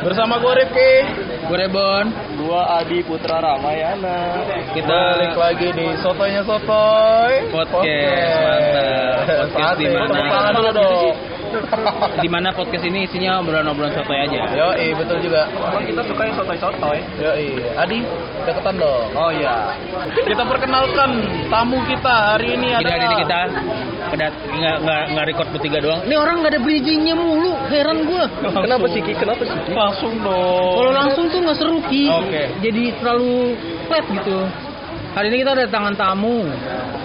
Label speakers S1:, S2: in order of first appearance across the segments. S1: Bersama gue Rifki
S2: Gue Rebon.
S3: Gua Adi Putra Ramayana.
S1: Kita balik lagi di Sotoynya Sotoy
S2: Podcast, mantap. Podcast di mana?
S1: Tepuk tangan dulu dong
S2: Di mana podcast ini isinya obrolan-obrolan sotoy aja.
S1: Yoi, betul juga
S3: Emang kita suka yang sotoy-sotoy.
S1: Yoi, Adi, deketan dong
S3: Oh iya.
S1: Kita perkenalkan tamu kita hari ini
S2: Jadi
S1: adalah
S2: hari ini kita kedat nggak nggak nggak record bertiga doang. Oh. Ini orang nggak ada bridgingnya mulu, heran gue.
S3: Kenapa sih Ki? Kenapa sih Ki?
S1: Langsung dong
S2: Kalau langsung tuh nggak seru ki.
S1: Oke.
S2: Jadi terlalu flat gitu. Hari ini kita ada tangan tamu.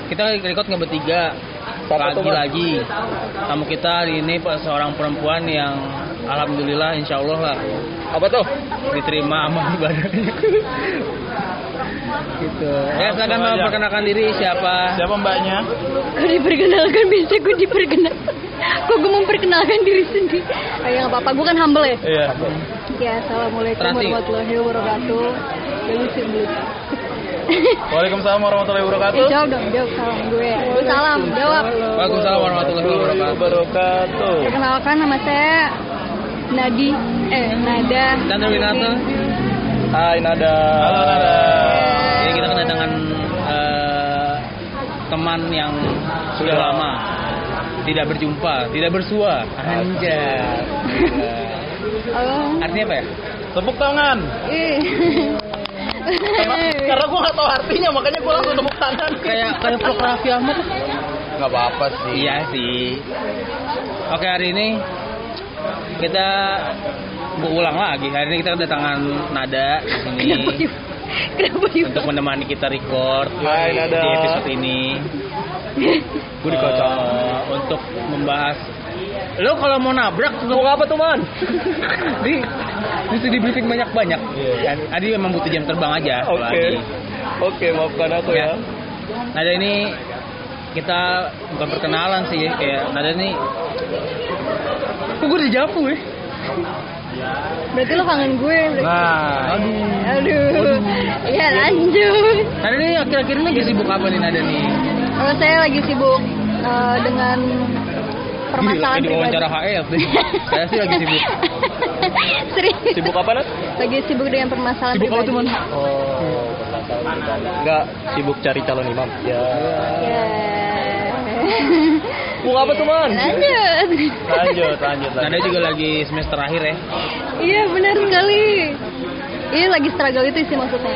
S2: Kita record nggak bertiga.
S3: Siapa tuh, Bang?
S2: Lagi-lagi tamu kita hari ini seorang perempuan yang alhamdulillah insya Allah lah
S3: Apa tuh? Oh,
S2: diterima amal ibadahnya gitu ya
S1: Langsung
S2: silakan mau
S1: aja.
S2: perkenalkan diri
S1: Iya.
S2: siapa
S1: Siapa mbaknya?
S4: Gue diperkenalkan biasa gue diperkenalkan. Kok gue memperkenalkan diri sendiri? Oh, ya nggak apa-apa, gue kan humble ya.
S1: Iya
S4: Ya, assalamualaikum
S2: Terasi.
S4: warahmatullahi wabarakatuh. Ya lucu lucu.
S1: Waalaikumsalam warahmatullahi
S4: Ya
S1: wabarakatuh
S4: jawab dong, jawab salam gue. Lu salam, jawab.
S2: Waalaikumsalam warahmatullahi wabarakatuh
S1: wabarakatuh
S4: Perkenalkan nama saya Nadi, eh Nada.
S2: Chandra Winata
S3: Hai Nada.
S1: Halo Nada
S2: jadi kita kedatangan eh, teman yang sudah lama tidak berjumpa tidak bersua anjay
S4: Halo.
S2: artinya apa ya
S1: Tepuk tangan
S4: Ih.
S1: Karena gue gak tau artinya makanya gue langsung tepuk tangan
S2: kayak kayak vlog Raffi Ahmad
S1: Gak apa-apa sih
S2: Iya sih. Oke hari ini kita berulang lagi. Hari ini kita kedatangan Nada di sini
S4: Kenapa yuk? Kenapa yuk?
S2: untuk menemani kita record
S3: Hai,
S2: di-
S3: Nada.
S2: di episode ini.
S3: Gua dikocok.
S2: Eh, untuk membahas lo kalau mau nabrak
S3: Mau apa tuh man?
S2: di mesti di briefing banyak banyak.
S3: Iya.
S2: Adi memang butuh jam terbang aja. kalau
S3: Oke.
S2: Adi.
S3: Oke maafkan aku
S2: Ya.
S3: ya.
S2: Nada ini kita bukan perkenalan sih kayak Nada ini kok gue dijapu ya
S4: Berarti lo kangen gue. berarti.
S1: Nah,
S4: Aduh. Ya lanjut.
S2: Nada ini akhir-akhir ini lagi sibuk apa nih Nada nih?
S4: Kalau saya lagi sibuk eh, dengan permasalahan
S2: Lagi
S4: pribadi.
S2: wawancara HF deh. Saya sih lagi sibuk.
S4: Serius.
S3: Sibuk apa Nat?
S4: Lagi sibuk dengan permasalahan
S2: Sibuk apa
S4: pribadi.
S2: tuh man?
S3: Oh. Enggak sibuk cari calon imam. Ya.
S4: Ya.
S3: Mau apa tuh man?
S4: Lanjut.
S1: lanjut, lanjut,
S2: Nada
S1: lanjut.
S2: juga lagi semester akhir ya.
S4: Iya benar sekali. Iya lagi struggle itu sih maksudnya.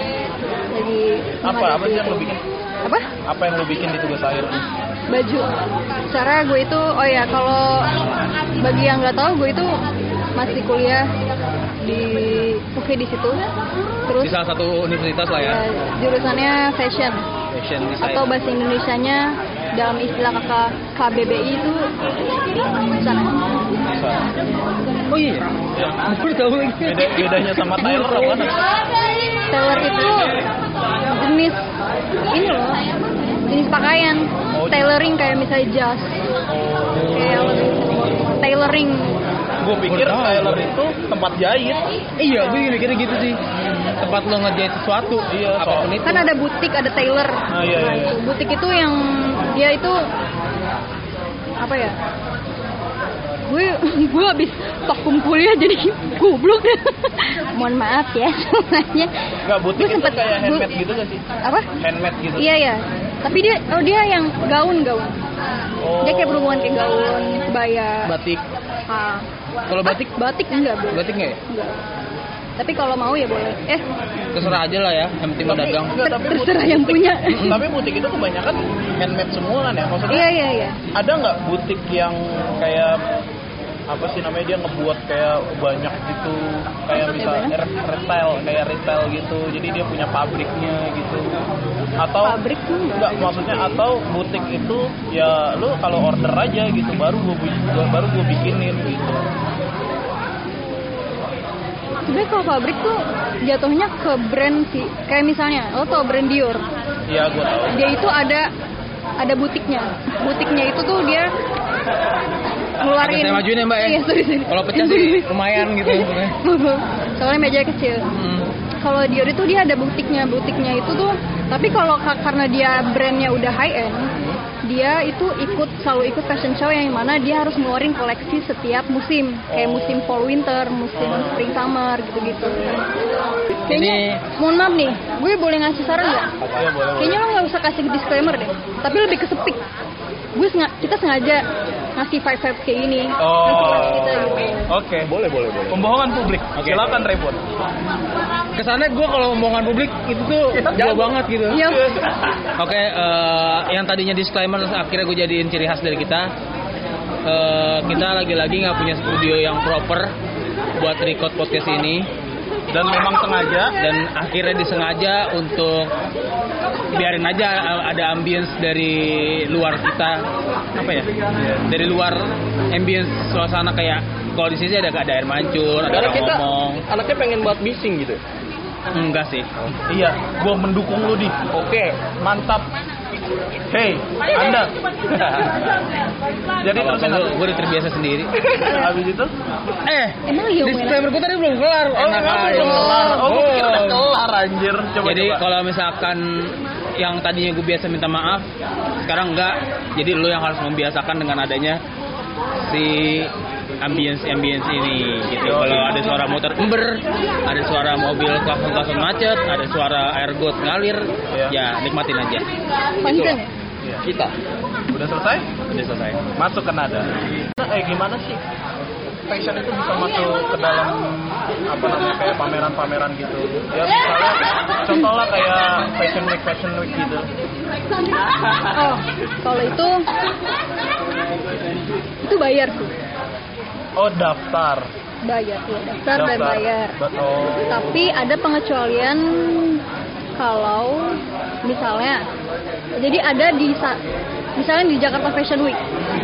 S4: Lagi
S1: Apa? Apa sih yang lo bikin?
S4: Apa?
S1: Apa yang lo bikin di tugas akhir?
S4: Baju. Cara gue itu oh ya kalau bagi yang nggak tahu gue itu masih kuliah di oke di situ. Terus
S2: Di salah satu universitas lah ya.
S4: Ya, jurusannya fashion
S2: Fashion design.
S4: atau bahasa Indonesianya dalam istilah kakak KBBI itu busana.
S1: Bisa.
S2: Oh iya. Gue tahu lagi.
S1: Beda, bedanya sama Tyler apa?
S4: Tailor itu jenis ini loh, jenis pakaian.
S1: Oh.
S4: Tailoring kayak misalnya jas, kayak lebih- tailoring.
S1: Gue pikir Tyler itu tempat jahit.
S2: Iya, gue juga mikirnya gitu sih. Tempat lo ngerjain sesuatu,
S1: Iya, so-
S2: apapun itu.
S4: Kan ada butik, ada tailor.
S1: Ah, iya, iya, iya.
S4: itu. Butik itu yang dia itu apa ya? gue gue habis vakum kuliah jadi goblok mohon maaf ya semuanya
S1: Enggak, butik
S4: Gue
S1: itu
S4: sempet-
S1: kayak
S4: gue-
S1: handmade gitu gak sih?
S4: apa
S1: Handmade gitu.
S4: Iya ya. Tapi dia oh dia yang gaun gaun.
S1: Oh.
S4: Dia kayak berhubungan kayak gaun, kebaya.
S2: batik.
S4: Ah.
S2: Kalau batik,
S4: Batik enggak boleh.
S2: batik nggak ya?
S4: Enggak. Tapi kalau mau ya boleh. Eh,
S2: Terserah aja lah ya, yang penting lo
S1: Tapi-
S2: dagang.
S1: Enggak,
S4: ter-
S1: tapi
S4: terserah yang punya.
S1: Tapi butik itu kebanyakan handmade semua kan ya? Maksudnya
S4: Iya iya iya.
S1: ada nggak butik yang kayak apa sih namanya dia ngebuat kayak banyak gitu kayak misalnya re- retail kayak retail gitu jadi dia punya pabriknya gitu atau
S4: Pabrik tuh
S1: Enggak,
S4: enggak.
S1: maksudnya atau butik itu ya lu kalau order aja gitu baru gue baru gue bikinin gitu.
S4: Sebenarnya kalau pabrik tuh jatuhnya ke brand sih. Kayak misalnya lo tau brand Dior.
S1: Iya gue tahu.
S4: Dia itu ada ada butiknya. Butiknya itu tuh dia ngeluarin.
S2: Agak saya majuin ya, Mbak, ya?
S4: Iya, sorry, sorry.
S2: Kalau pecah sih lumayan gitu sebenarnya.
S4: Soalnya meja kecil.
S2: Hmm.
S4: kalau Dior itu dia ada butiknya butiknya itu tuh tapi kalau ka- karena dia brandnya udah high end dia itu ikut selalu ikut fashion show yang mana dia harus ngeluarin koleksi setiap musim kayak musim
S1: Oh.
S4: fall winter musim spring summer gitu gitu kayaknya mohon maaf nih gue boleh ngasih saran nggak
S1: Iya boleh boleh.
S4: kayaknya lo nggak usah kasih disclaimer deh tapi lebih ke sepik gue senga- kita sengaja ngasih vibe vibes kayak gini ngasih
S1: Oh.
S4: vibes kita gitu.
S1: Oke.
S3: Boleh, boleh, boleh.
S1: Pembohongan publik.
S2: Oke.
S1: Silakan Rebon.
S2: Kesannya gue kalau omongan publik itu tuh jauh banget gitu.
S4: Iya.
S2: Oke, eh, yang tadinya disclaimer akhirnya gue jadiin ciri khas dari kita. Eh, kita lagi-lagi nggak punya studio yang proper buat record podcast ini
S1: Dan memang sengaja
S2: dan akhirnya disengaja untuk biarin aja eh, ada ambience dari luar kita apa ya dari luar ambience suasana kayak kalau di sini sih ada ada air mancur ada
S3: Karena
S2: orang
S3: kita
S2: ngomong
S3: anaknya pengen buat bising gitu.
S2: enggak sih
S1: Iya, gua mendukung lu di. Oke, mantap. Hey, Anda. Jadi
S2: Kalau
S1: terusin
S2: gue udah terbiasa sendiri
S1: Anda. Habis itu?
S2: eh
S4: emang iya Mel?
S2: disclaimer gue tadi belum kelar Enak
S1: kenapa
S2: aja.
S1: belum kelar. Oh, gua kira udah
S2: Belum.
S1: kelar anjir. Coba
S2: jadi
S1: coba.
S2: kalau misalkan yang tadinya gue biasa minta maaf sekarang enggak jadi lu yang harus membiasakan dengan adanya si ambience ambience ini gitu
S1: Yo.
S2: kalau ada suara motor ember ada suara mobil klakson klakson macet ada suara air got ngalir
S1: Iya.
S2: ya nikmatin aja
S4: Panjang ya?
S1: Iya.
S3: Kita.
S1: udah selesai?
S2: udah selesai
S1: Masuk ke nada. Eh gimana sih? Fashion itu bisa masuk ke dalam apa namanya kayak pameran-pameran gitu. Ya misalnya contoh lah kayak fashion week, fashion week gitu.
S4: oh kalau itu itu bayar sih
S1: Oh daftar,
S4: bayar ya daftar dan bayar
S1: Ba- Oh.
S4: tapi ada pengecualian kalau misalnya jadi ada di sa- misalnya di Jakarta Fashion Week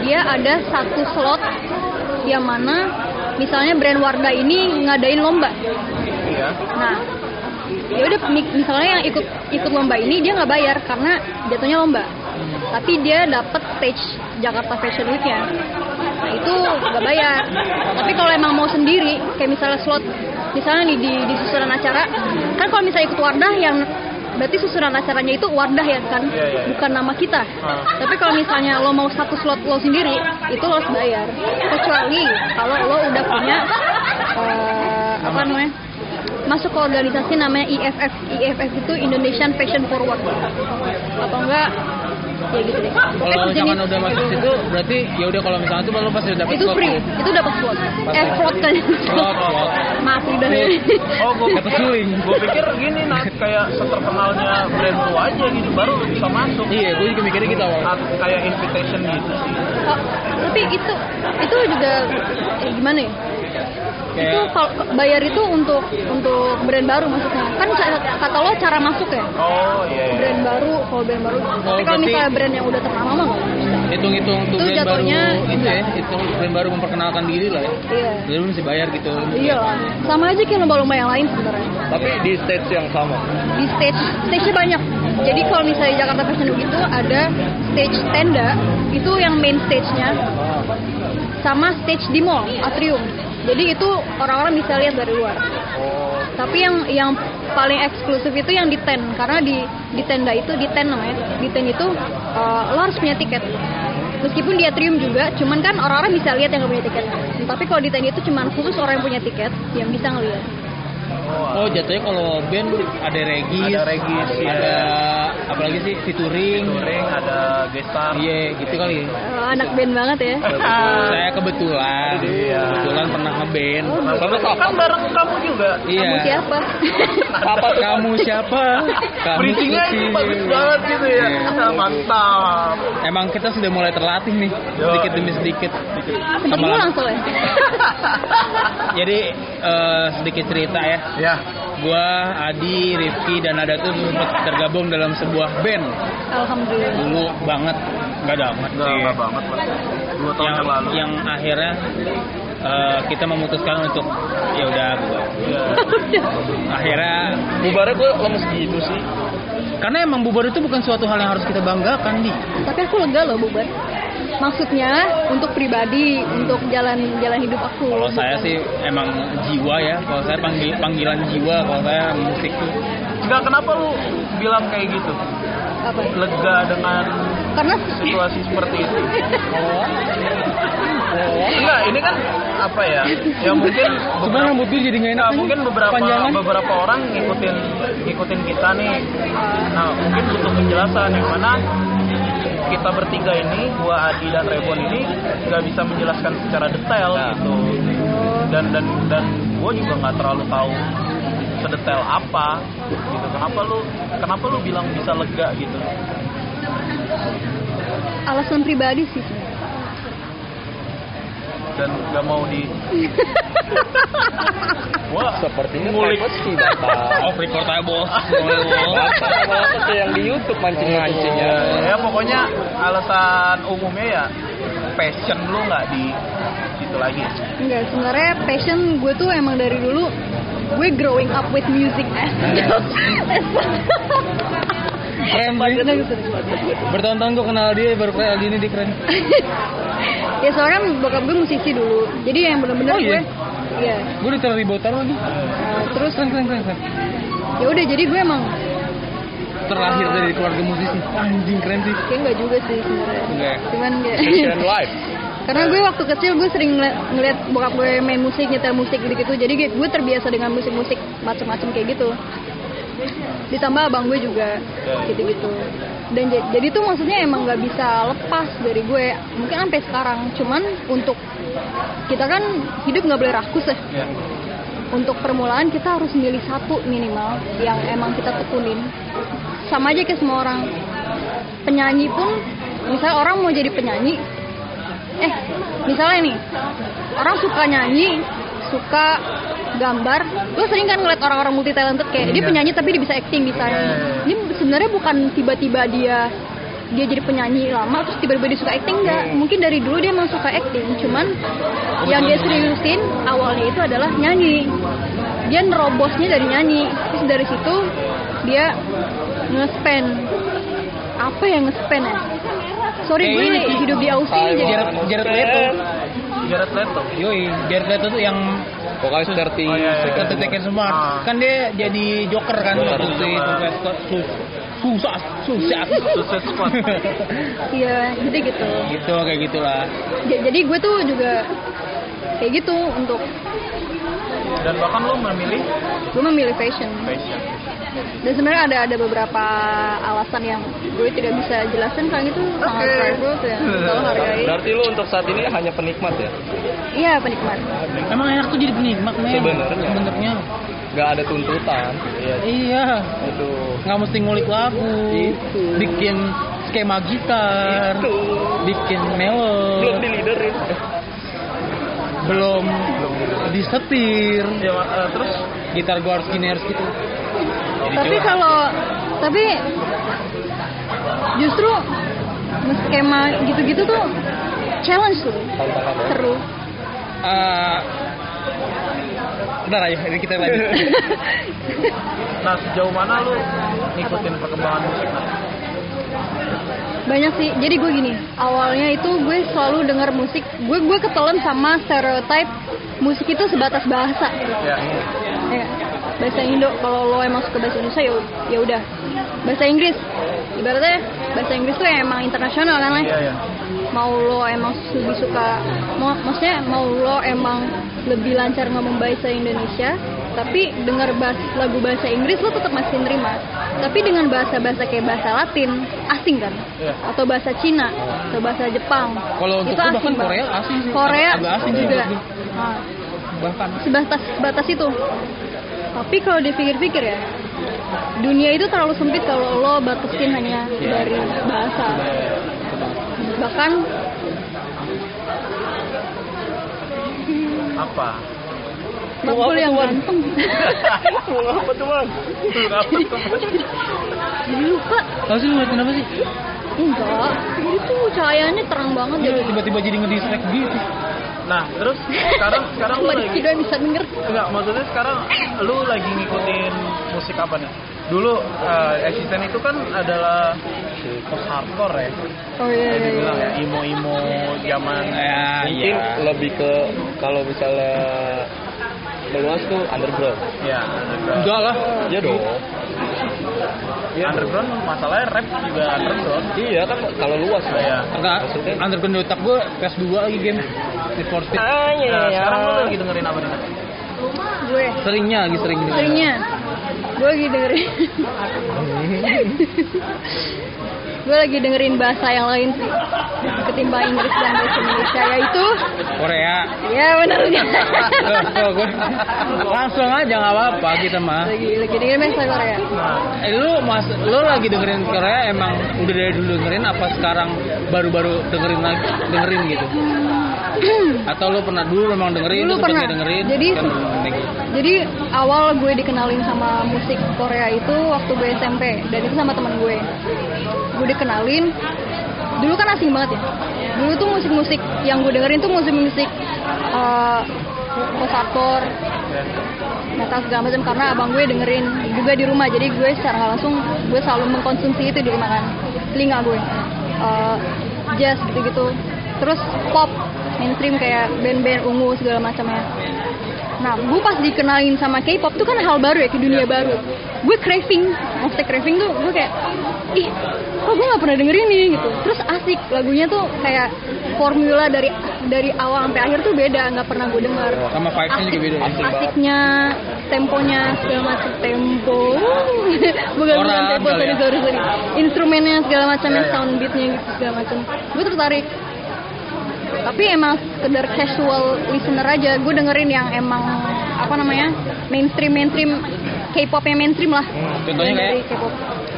S4: dia ada satu slot yang mana misalnya brand Wardah ini ngadain lomba
S1: Iya.
S4: nah ya udah mi- misalnya yang ikut ikut lomba ini dia nggak bayar karena jatuhnya lomba tapi dia dapat stage Jakarta Fashion Week-nya nah itu nggak bayar tapi kalau emang mau sendiri kayak misalnya slot misalnya nih di, di susunan acara kan kalau misalnya ikut Wardah yang berarti susunan acaranya itu Wardah ya kan
S1: Iya, iya.
S4: bukan nama kita
S1: Ah.
S4: tapi kalau misalnya lo mau satu slot lo sendiri itu lo harus bayar kecuali kalau lo udah punya eh, apa namanya masuk ke organisasi namanya IFF IFF itu Indonesian Fashion Forward atau enggak ya gitu deh Pokoknya
S2: kalau misalkan
S4: sejenis
S2: udah
S4: kayak
S2: masuk
S4: gitu.
S2: situ berarti ya udah kalau misalkan itu lo pasti udah dapet
S4: itu
S2: slot
S4: free
S2: tuh.
S4: itu dapat slot eh slot kan
S2: slot slot
S4: maaf udah
S1: Oh, gue
S2: Dapat suling.
S1: Gue pikir gini Nat, kayak seterkenalnya brand lu aja gitu baru lu bisa masuk.
S2: iya gue juga mikirnya gitu awal
S1: At- kayak invitation gitu sih.
S4: Oh, tapi itu itu juga eh, gimana ya itu
S2: kayak
S4: kalau bayar itu untuk untuk brand baru maksudnya kan ca- kata lo cara masuk ya
S1: Oh iya. iya.
S4: brand baru kalau brand baru tapi kalau
S2: Oh, berarti-
S4: misalnya brand yang udah ternama mah iya. nggak bisa.
S2: hitung-hitung tuh
S4: Itu
S2: brand baru
S4: jatuhnya-
S2: itu ya hitung brand baru memperkenalkan diri lah ya
S4: iya
S2: jadi lu mesti bayar gitu
S4: iya lah sama aja kayak lomba-lomba yang lain sebenarnya
S3: Tapi di stage yang sama.
S4: di stage stage banyak jadi kalau misalnya Jakarta Fashion Week itu ada stage tenda itu yang main stage-nya sama stage di mall atrium jadi itu orang-orang bisa lihat dari luar tapi yang yang paling eksklusif itu yang di tent karena di di tenda itu di tent namanya di tent itu eh, lo harus punya tiket meskipun di atrium juga cuman kan orang-orang bisa lihat yang gak punya tiket tapi kalau di tent itu cuman khusus orang yang punya tiket yang bisa ngelihat
S2: oh jatuhnya kalau band ada regis
S1: Ada regis, iya.
S2: ada apalagi sih featuring
S1: Touring ada gestar.
S2: iya gitu kali
S4: Eh, anak band banget ya
S2: saya kebetulan
S1: Iya.
S2: kebetulan pernah ngeband
S1: Kamu kan bareng kamu juga.
S2: iya
S4: Kamu siapa?
S2: Papa tuh? kamu siapa kamu
S1: Bridgingnya itu
S2: kucing.
S1: bagus banget gitu ya.
S2: Iya.
S1: Ah, Mantap.
S2: emang kita sudah mulai terlatih nih sedikit demi sedikit
S4: Sempat
S2: Sama
S4: ngulang soalnya.
S2: jadi eh, sedikit cerita ya
S1: Ya.
S2: gua Adi Rifki dan ada tuh sempat tergabung dalam sebuah band
S4: Alhamdulillah.
S2: dulu banget nggak ada amat
S1: Enggak
S2: sih.
S1: enggak banget lah. Dua tahun
S2: Iya. yang
S1: yang lalu.
S2: yang akhirnya eh, kita memutuskan untuk ya udah bubar.
S1: Iya.
S2: akhirnya
S3: Bubarnya gue lemes gitu sih.
S2: karena emang bubar itu bukan suatu hal yang harus kita banggakan di
S4: Tapi aku lega loh bubar. Maksudnya untuk pribadi, untuk jalan jalan hidup aku.
S2: kalau saya
S4: Iya, Bukan-
S2: sih emang jiwa ya kalau saya panggil panggilan jiwa kalau saya musik tuh
S1: Enggak kenapa lu bilang kayak gitu?
S4: apa? ya?
S1: Lega dengan
S4: karena
S1: situasi seperti itu enggak ini kan apa ya ya mungkin
S2: Cuman rambut gue jadi nggak enak.
S1: Nah,
S2: nih.
S1: mungkin beberapa
S2: Panjangan.
S1: beberapa orang ngikutin ngikutin kita nih. Nah, mungkin butuh penjelasan yang mana kita bertiga ini, gua Adi dan Rebon ini nggak bisa menjelaskan secara detail
S3: Nah.
S1: gitu.
S4: Oh,
S1: Dan dan dan gua juga nggak terlalu tahu sedetail apa gitu. Kenapa lu kenapa lu bilang bisa lega gitu?
S4: alasan pribadi sih sebenarnya.
S1: Dan nggak mau di Wah,
S3: Sepertinya
S1: Ngulik.
S3: Bapak sih Bapak.
S2: Off record aja, bos.
S3: Bapak Bapak tuh yang di YouTube mancing-mancing ya.
S1: ya pokoknya alasan umumnya ya passion lu nggak di situ lagi
S4: Enggak, sebenarnya passion gue tuh emang dari dulu gue growing up with music eh. as
S2: Keren banget. Bertahun-tahun gue kenal dia baru kenal dia ini dia keren.
S4: ya soalnya bokap gue musisi dulu jadi yang bener-bener
S2: Oh, iya?
S4: gue iya
S2: Gue udah terlalu botar lagi. Terus keren keren keren. keren.
S4: ya udah jadi gue emang
S2: Terlahir dari keluarga musisi. Anjing keren sih.
S4: kayak nggak juga sih sebenarnya
S2: Enggak.
S4: cuman kayak
S3: Passion life.
S4: karena gue waktu kecil gue sering ngeliat, ngeliat bokap gue main musik nyetel musik gitu gitu jadi gue- gue terbiasa dengan musik-musik macam-macam kayak gitu ditambah abang gue juga gitu gitu dan ja- jadi tuh maksudnya emang nggak bisa lepas dari gue mungkin sampai sekarang cuman untuk kita kan hidup nggak boleh rakus ya
S1: ya
S4: untuk permulaan kita harus milih satu minimal yang emang kita tekunin sama aja kayak semua orang penyanyi pun misalnya orang mau jadi penyanyi eh misalnya nih orang suka nyanyi suka gambar lu sering kan ngeliat orang-orang multi talented kayak dia
S1: Iya.
S4: penyanyi tapi dia bisa acting bisa
S1: Iya,
S4: ini
S1: iya, iya.
S4: ini sebenarnya bukan tiba-tiba dia dia jadi penyanyi lama terus tiba-tiba dia suka acting enggak
S1: Iya,
S4: mungkin dari dulu dia emang suka acting cuman yang dia seriusin awalnya itu adalah nyanyi dia nerobosnya dari nyanyi terus dari situ dia nge-spend apa yang nge-spend ya sorry gue
S2: Kayaknya
S4: nih, hidup di Aussie jadi
S2: Jared Jared Leto.
S1: Jared Leto
S2: Yoi, Jared Leto tuh yang
S3: Pokoknya starting
S1: Oh, iya, iya.
S2: kata Tekken
S1: Ah.
S2: semua. Kan dia jadi Joker kan
S3: Joker.
S2: waktu itu. Sus- Susah, susah,
S1: Suicide Squad
S4: iya jadi gitu
S2: gitu kayak gitulah.
S4: Ja- jadi gue tuh juga kayak gitu untuk
S1: dan bahkan lu memilih
S4: gue memilih fashion
S1: passion
S4: dan sebenarnya ada ada beberapa alasan yang gue tidak bisa jelasin kan itu sangat
S1: Oke.
S4: private ya kalau hargai
S3: Berarti lu untuk saat ini hanya penikmat ya?
S4: iya penikmat
S2: Emang enak tuh jadi penikmat men.
S3: Sebenarnya.
S2: Sebenarnya.
S3: Gak ada tuntutan. Iya.
S2: Iya.
S3: Itu.
S2: Nggak mesti ngulik lagu. Gitu.
S3: Itu.
S2: Bikin skema gitar.
S3: Itu.
S2: Bikin melo.
S3: Belum diliderin.
S2: Belum Iya. disetir.
S1: ya, eh, terus
S2: Gitar gua harus gini harus gitu.
S4: tapi kalau tapi justru skema gitu-gitu tuh challenge tuh
S3: Tantangan ya.
S4: seru
S2: Eh, Bentar aja, ini kita lanjut.
S1: nah sejauh mana lu ngikutin perkembangan musik nah?
S4: banyak sih jadi gue gini awalnya itu gue selalu dengar musik gue gue ketelan sama stereotype musik itu sebatas bahasa
S1: ya
S4: ya nggak? bahasa Indo kalau lo emang suka bahasa Indonesia ya u- ya udah bahasa Inggris ibaratnya bahasa Inggris tuh emang internasional kan lah
S1: iya ya
S4: mau lo emang lebih suka mau, maksudnya mau lo emang lebih lancar ngomong bahasa Indonesia tapi dengar bahas, lagu bahasa Inggris lo tetap masih nerima tapi dengan bahasa-bahasa kayak bahasa Latin asing kan
S1: Iya.
S4: atau bahasa Cina atau bahasa Jepang
S2: Kalau untuk
S4: itu
S2: gua bahkan
S4: asing banget.
S2: Korea asing sih.
S4: Korea
S2: Agak asing sih
S4: juga
S2: menurut
S4: Nah,
S2: Bahkan.
S4: sebatas batas itu tapi kalau dipikir-pikir ya dunia itu terlalu sempit kalau lo batasin hanya
S2: Iya.
S4: dari bahasa bahkan
S1: apa
S4: bakul yang ganteng
S3: Mau apa tuh bang?
S1: Apa tuh?
S4: jadi lupa
S2: Tahu sih lu ngeliatin apa sih?
S4: enggak jadi tuh cahayanya terang banget ya,
S2: Iya,
S4: jadi
S2: Tiba-tiba jadi ngedistract gitu.
S1: nah terus sekarang sekarang lu
S4: cuma
S1: lagi
S4: tidak bisa denger
S1: Enggak, maksudnya sekarang lu lagi ngikutin musik apa nih? Dulu eh, Existen itu kan adalah post hardcore ya, bisa
S4: oh iya iya
S1: dibilang
S4: iya
S1: ya, imo-imo zaman
S2: Ya,
S3: Mungkin
S2: iya.
S3: lebih ke kalau misalnya meluas tuh underground.
S1: ya.
S2: Enggak lah.
S3: Iya dong. Iya.
S1: underground masalahnya rap juga underground
S3: Iya kan kalau luas lah
S1: Iya.
S2: Enggak,
S3: Maksudnya-
S2: underground di otak gue PS2 lagi game Need for Speed.
S5: Ah, iya,
S1: Nah,
S5: iya.
S1: sekarang lu lagi dengerin apa nih?
S4: gue
S2: Seringnya lagi sering gitu.
S4: seringnya gue lagi dengerin gue lagi dengerin bahasa yang lain sih ketimbang Inggris dan bahasa Indonesia yaitu
S2: Korea.
S4: ya benar ya
S2: Tuh, tuh, gua. Langsung aja nggak apa-apa kita mah.
S4: lagi lagi dengerin bahasa Korea
S2: Eh lu mas, lu lagi dengerin Korea emang udah dari dulu dengerin apa sekarang baru-baru dengerin lagi dengerin gitu? Atau lu pernah dulu memang dengerin?
S4: Dulu
S2: terus akhirnya
S4: pernah.
S2: Dengerin, kan gitu.
S4: Jadi-
S2: sekarang dengerin lagi.
S4: Jadi awal gue dikenalin sama musik Korea itu waktu gue SMP dan itu sama teman gue. Gue dikenalin dulu kan asing banget ya. Dulu tuh musik-musik yang gue dengerin tuh musik-musik eh post-hardcore, metal segala macam karena abang gue dengerin juga di rumah jadi gue secara nggak langsung gue selalu mengkonsumsi itu di rumah kan telinga gue Eh, jazz gitu gitu terus pop mainstream kayak band-band ungu segala macamnya nah gue pas dikenalin sama K-pop tuh kan hal baru ya ke dunia baru gue craving maksudnya craving tuh gue kayak ih kok gue nggak pernah dengerin nih gitu terus asik lagunya tuh kayak formula dari dari awal sampai akhir tuh beda nggak pernah gue denger
S2: Sama vibe-nya juga beda. ya?
S4: asiknya temponya segala macam tempo bukan bukan
S2: Orang
S4: tempo
S2: kali
S4: sorry
S2: ya.
S4: sorry sorry instrumennya segala macamnya sound beatnya gitu segala macam gue tertarik tapi emang sekedar casual listener aja gue dengerin yang emang apa namanya mainstream mainstream K-pop yang mainstream lah
S2: Contohnya
S4: Yang dari
S2: kayak
S4: K-pop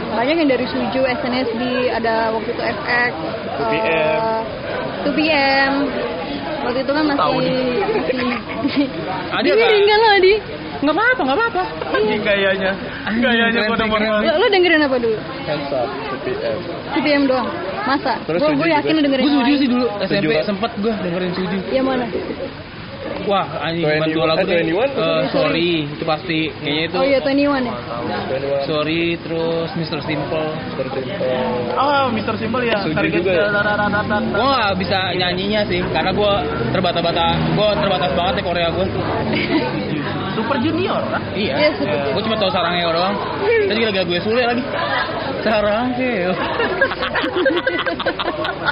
S4: banyak yang dari Suju, SNSD, ada waktu itu FX,
S3: 2PM.
S4: eh, 2PM, waktu itu kan masih,
S1: Tahu nih.
S4: masih
S2: Adi
S4: Ini
S2: apa?
S4: ringan loh Adi
S2: Nggak apa-apa, nggak apa-apa.
S1: Anjing gayanya.
S2: Anjing,
S1: Gayanya
S2: keren
S1: gue
S2: sih,
S1: demen
S2: keren.
S1: banget.
S4: Lo, lo dengerin apa dulu?
S3: hands up CPM
S4: CPM doang? Masa?
S3: Terus
S4: Gue
S3: Suju
S4: gue yakin
S3: juga.
S4: lo dengerin
S2: Gue
S4: yang
S2: suju
S4: lain.
S2: sih dulu SMP
S3: Suju.
S2: sempet gue dengerin suju.
S4: Yang mana?
S2: Wah, anjing
S3: 21,
S2: bantu lagu
S3: eh,
S2: deh.
S3: 21.
S2: Eh, sorry, itu pasti kayaknya itu.
S4: Oh iya, 21 ya?
S2: Sorry, terus Mr. Simple.
S1: Oh, Mr. Simple ya.
S3: Setuju
S1: Target
S3: juga ya.
S1: darah-darah-darah.
S2: Gue nggak bisa nyanyinya sih, karena gue terbata-bata, gue terbatas banget ya Korea gue.
S1: Super Junior ah. lah.
S2: Iya.
S4: Iya, Super
S2: Iya. Gue cuma tahu sarangnya doang. Tadi lagi gue sulit lagi. Sarang keo.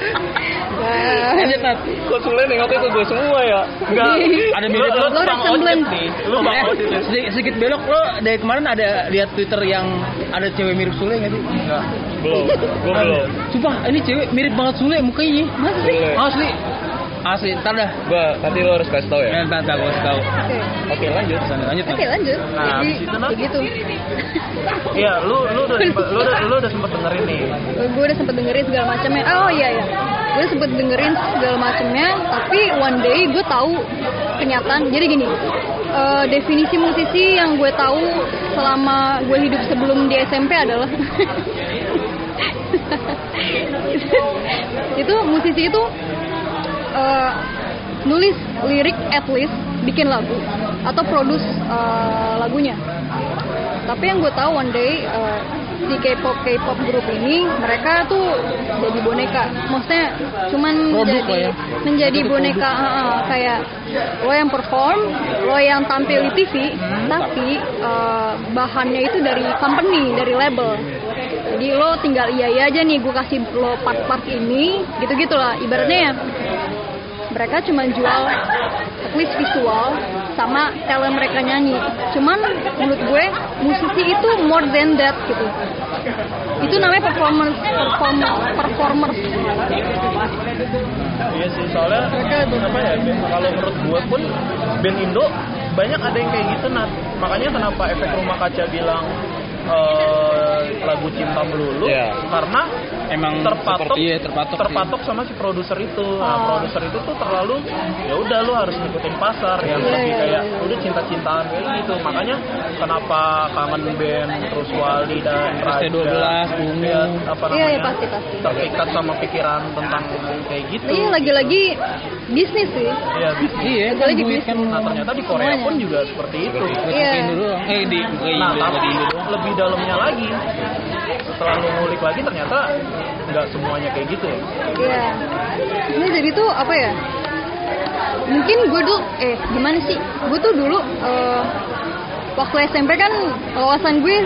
S4: Wah.
S2: Lanjut Nat.
S3: Kok sulit nengoknya ke gue semua ya?
S1: Enggak.
S2: Ada mirip
S1: Lu- lu
S4: Lo
S1: tukang
S4: resemblen.
S1: ojek nih. Lu bang
S2: Eh,
S1: ojek.
S2: sedikit, sedikit belok lo dari kemarin ada lihat Twitter yang ada cewek mirip Sule nggak sih?
S1: Enggak.
S3: Belum, gue belum.
S2: Sumpah ini cewek mirip banget Sule mukanya.
S4: Masa sih?
S3: Boleh.
S2: Asli. Asli, ntar dah. Eh,
S3: Ba, nanti lo harus kasih tau ya.
S2: Ntar, ntar gue kasih tahu.
S4: Oke,
S3: Oke lanjut.
S2: Lanjut Nat.
S4: Oke lanjut.
S1: Nah,
S4: Jadi, gitu.
S1: abis itu, Nat?
S4: begitu.
S1: Iya, lu lu udah sempet, lu udah, lu udah sempet dengerin nih.
S4: gue udah sempet dengerin segala macamnya oh iya iya gue sempet dengerin segala macamnya tapi one day gue tahu kenyataan jadi gini eh, definisi musisi yang gue tahu selama gue hidup sebelum di SMP adalah itu musisi itu eh, nulis lirik at least bikin lagu atau produce eh, lagunya tapi yang gue tahu one day eh, si K-pop K-pop grup ini mereka tuh jadi boneka maksudnya cuman
S2: Produk
S4: jadi
S2: lah ya.
S4: menjadi
S2: Jadi
S4: boneka ah, ah, kayak lo yang perform lo yang tampil di TV
S2: Hmm.
S4: tapi eh, bahannya itu dari company dari label jadi lo tinggal iya iya aja nih gue kasih lo part-part ini gitu gitulah ibaratnya ya mereka cuma jual at least visual sama talent mereka nyanyi cuman menurut gue musisi itu more than that gitu itu namanya performer performer performer
S1: Iya sih, soalnya apa ya? Kalau menurut gua pun band Indo banyak ada yang kayak gitu nah makanya kenapa efek rumah kaca bilang eh, lagu cinta melulu
S3: Iya.
S1: karena
S2: Emang
S1: terpatok
S2: seperti- iya, terpatok. sih.
S1: terpatok sama si produser itu nah
S4: Oh.
S1: produser itu tuh terlalu ya udah lu harus ngikutin pasar yang
S4: Iya,
S1: lebih
S4: iya,
S1: kayak
S4: iya.
S1: udah cinta-cintaan kayak gitu makanya kenapa kangen band terus wali dan raja
S2: ST12, Ungu.
S1: ya, apa namanya
S4: Iya, iya, pasti, pasti.
S1: terpikat sama pikiran tentang
S2: Nah.
S1: kayak gitu
S4: ini lagi-lagi bisnis sih
S1: Iya, bisnis.
S2: Iya, kan
S4: Lagi
S2: duit kan.
S1: Nah ternyata di Korea
S4: Semuanya.
S1: pun juga seperti itu.
S4: Iya.
S2: Iya. dulu. doang. Eh di bukain
S1: Nah
S2: dulu,
S1: tapi
S2: bukain dulu.
S1: lebih dalamnya lagi, setelah lu ngulik lagi ternyata nggak semuanya kayak gitu ya.
S4: Iya. Ini jadi tuh apa ya? Mungkin gue dulu, eh gimana sih? Gue tuh dulu eh, waktu SMP kan wawasan gue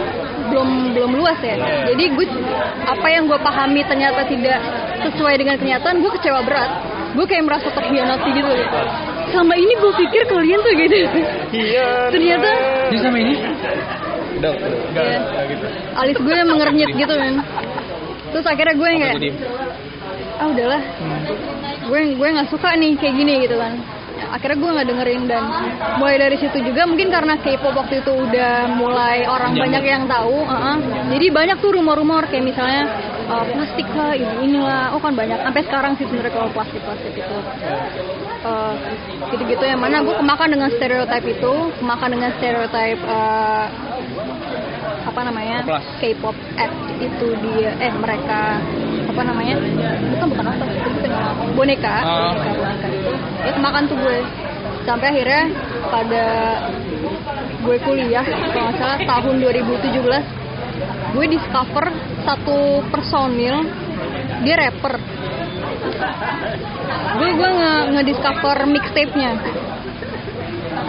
S4: belum belum luas ya. Jadi gue apa yang gue pahami ternyata tidak sesuai dengan kenyataan, gue kecewa berat. Gue kayak merasa terkhianati gitu. gitu. Selama ini gue pikir kalian tuh gitu.
S1: Iya.
S4: ternyata
S2: Jadi sama ini?
S3: Udah,
S1: Enggak,
S4: Iya.
S1: enggak gitu.
S4: alis gue yang mengernyit gitu kan. Terus akhirnya gue yang kayak
S2: Aku diem.
S4: ah udahlah gue gue nggak suka nih kayak gini gitu kan akhirnya gue nggak dengerin dan mulai dari situ juga mungkin karena K-pop waktu itu udah mulai orang
S2: Menjamur.
S4: banyak yang tahu uh-uh. jadi banyak tuh rumor-rumor kayak misalnya uh, plastik lah ini inilah oh kan banyak sampai sekarang sih sebenarnya kalau plastik plastik itu Uh, gitu-gitu yang mana gue kemakan dengan stereotip itu kemakan dengan stereotip uh, apa namanya
S2: Oplas.
S4: K-pop act itu dia eh mereka apa namanya bukan bukan apa itu bukan apa. boneka
S2: Ah.
S1: Iya,
S4: boneka boneka itu ya kemakan tuh gue sampai akhirnya pada gue kuliah kalau nggak salah tahun 2017 gue discover satu personil dia rapper gue gue nge, nge-discover mixtape-nya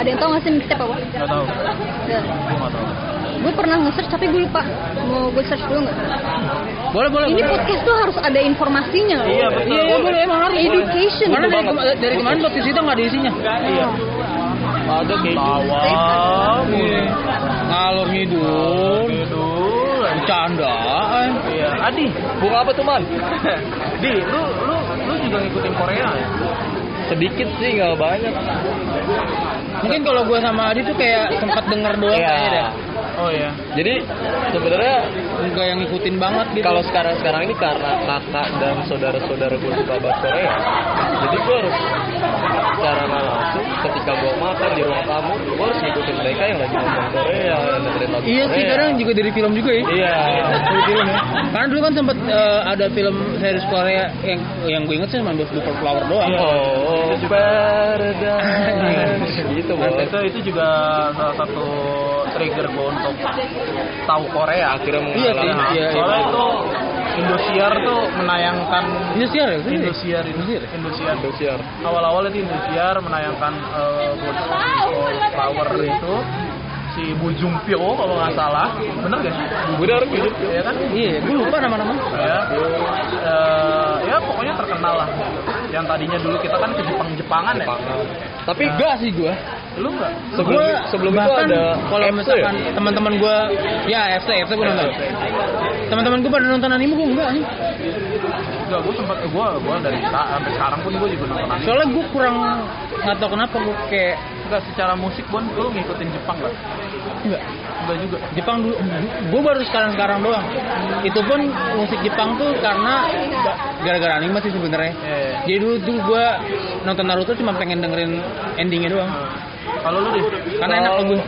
S4: ada yang tau gak sih mixtape apa?
S1: Enggak tahu.
S4: Ya.
S1: Gua enggak tahu.
S4: Gue pernah nge-search tapi gue lupa Mau gue search dulu gak?
S2: Boleh, boleh.
S4: Ini
S2: boleh.
S4: podcast tuh harus ada informasinya loh
S1: Iya, betul.
S2: Iya, iya, boleh, emang harus.
S4: Education
S2: Karena dari, kema- dari kemarin podcast kita nggak ada isinya.
S1: Iya.
S3: Ada
S1: Tawa
S2: Iya. Ngalor ngidul, eh.
S1: Aduh.
S2: bercandaan.
S1: Iya. Adi,
S3: Bunga apa tuh, Man?
S1: Di, lu lu lu juga ngikutin Korea ya?
S3: Sedikit sih, nggak banyak.
S2: Mungkin kalau gue sama Adi tuh kayak sempat denger doang
S3: Iya.
S2: kayaknya deh.
S1: Oh iya.
S3: Jadi sebenarnya
S2: Nggak yang ngikutin banget gitu.
S3: kalau sekarang-sekarang ini karena kakak dan saudara-saudara gue suka bahas Korea, jadi gue harus secara nggak langsung ketika gue makan di ruang tamu, gue harus ngikutin mereka yang lagi nonton Korea, yang dengerin lagu
S2: Iya sih,
S3: Korea.
S2: kadang juga dari film juga ya.
S3: Iya.
S2: Dari film ya. Karena dulu kan sempat eh, ada film series Korea yang yang gue inget sih cuma Super Flower doang.
S3: Oh, paradise. gitu
S1: Dan
S3: bos.
S1: Nah, itu itu juga salah satu trigger gue untuk tahu Korea Nah,
S3: Akhirnya
S2: Iya sih,
S3: mengalami.
S2: iya.
S1: Soalnya itu Indosiar tuh menayangkan
S2: Indosiar ya? kan?
S1: Indosiar
S2: Indosiar.
S1: Indosiar Indosiar
S3: Indosiar.
S1: awal-awal itu Indosiar menayangkan eh, Boys Over Flower itu si Bu Jumpyo kalau nggak salah bener gak sih?
S3: Udah harus hidup.
S1: ya kan
S2: Iya, gue lupa nama-nama.
S1: ya eh, ya pokoknya terkenal lah yang tadinya dulu kita kan ke Jepang Jepangan ya
S3: Tapi gak
S2: Enggak sih gue.
S1: lu nggak
S3: Sebelum-
S2: Gua
S3: sebelum itu
S2: bahkan
S3: ada
S2: kalau
S3: FC
S2: misalkan
S3: ya?
S2: teman-teman gue ya FC FC gue nonton. Teman-teman gue pada nonton anime gue enggak nih.
S1: nggak gue sempat gue gue dari sa- sampai sekarang pun gue juga nonton anime
S2: Soalnya gue kurang nggak tahu kenapa gue kayak
S1: nggak secara musik pun lu ngikutin Jepang nggak
S2: enggak.
S1: nggak juga
S2: Jepang dulu, gue baru sekarang-sekarang doang. Itu pun musik Jepang tuh karena gara-gara anime sih sebenarnya.
S1: eh
S2: Jadi dulu tuh gue nonton Naruto cuma pengen dengerin endingnya doang.
S1: kalau lu Oh. di
S2: Karena Kan enak tuh gue.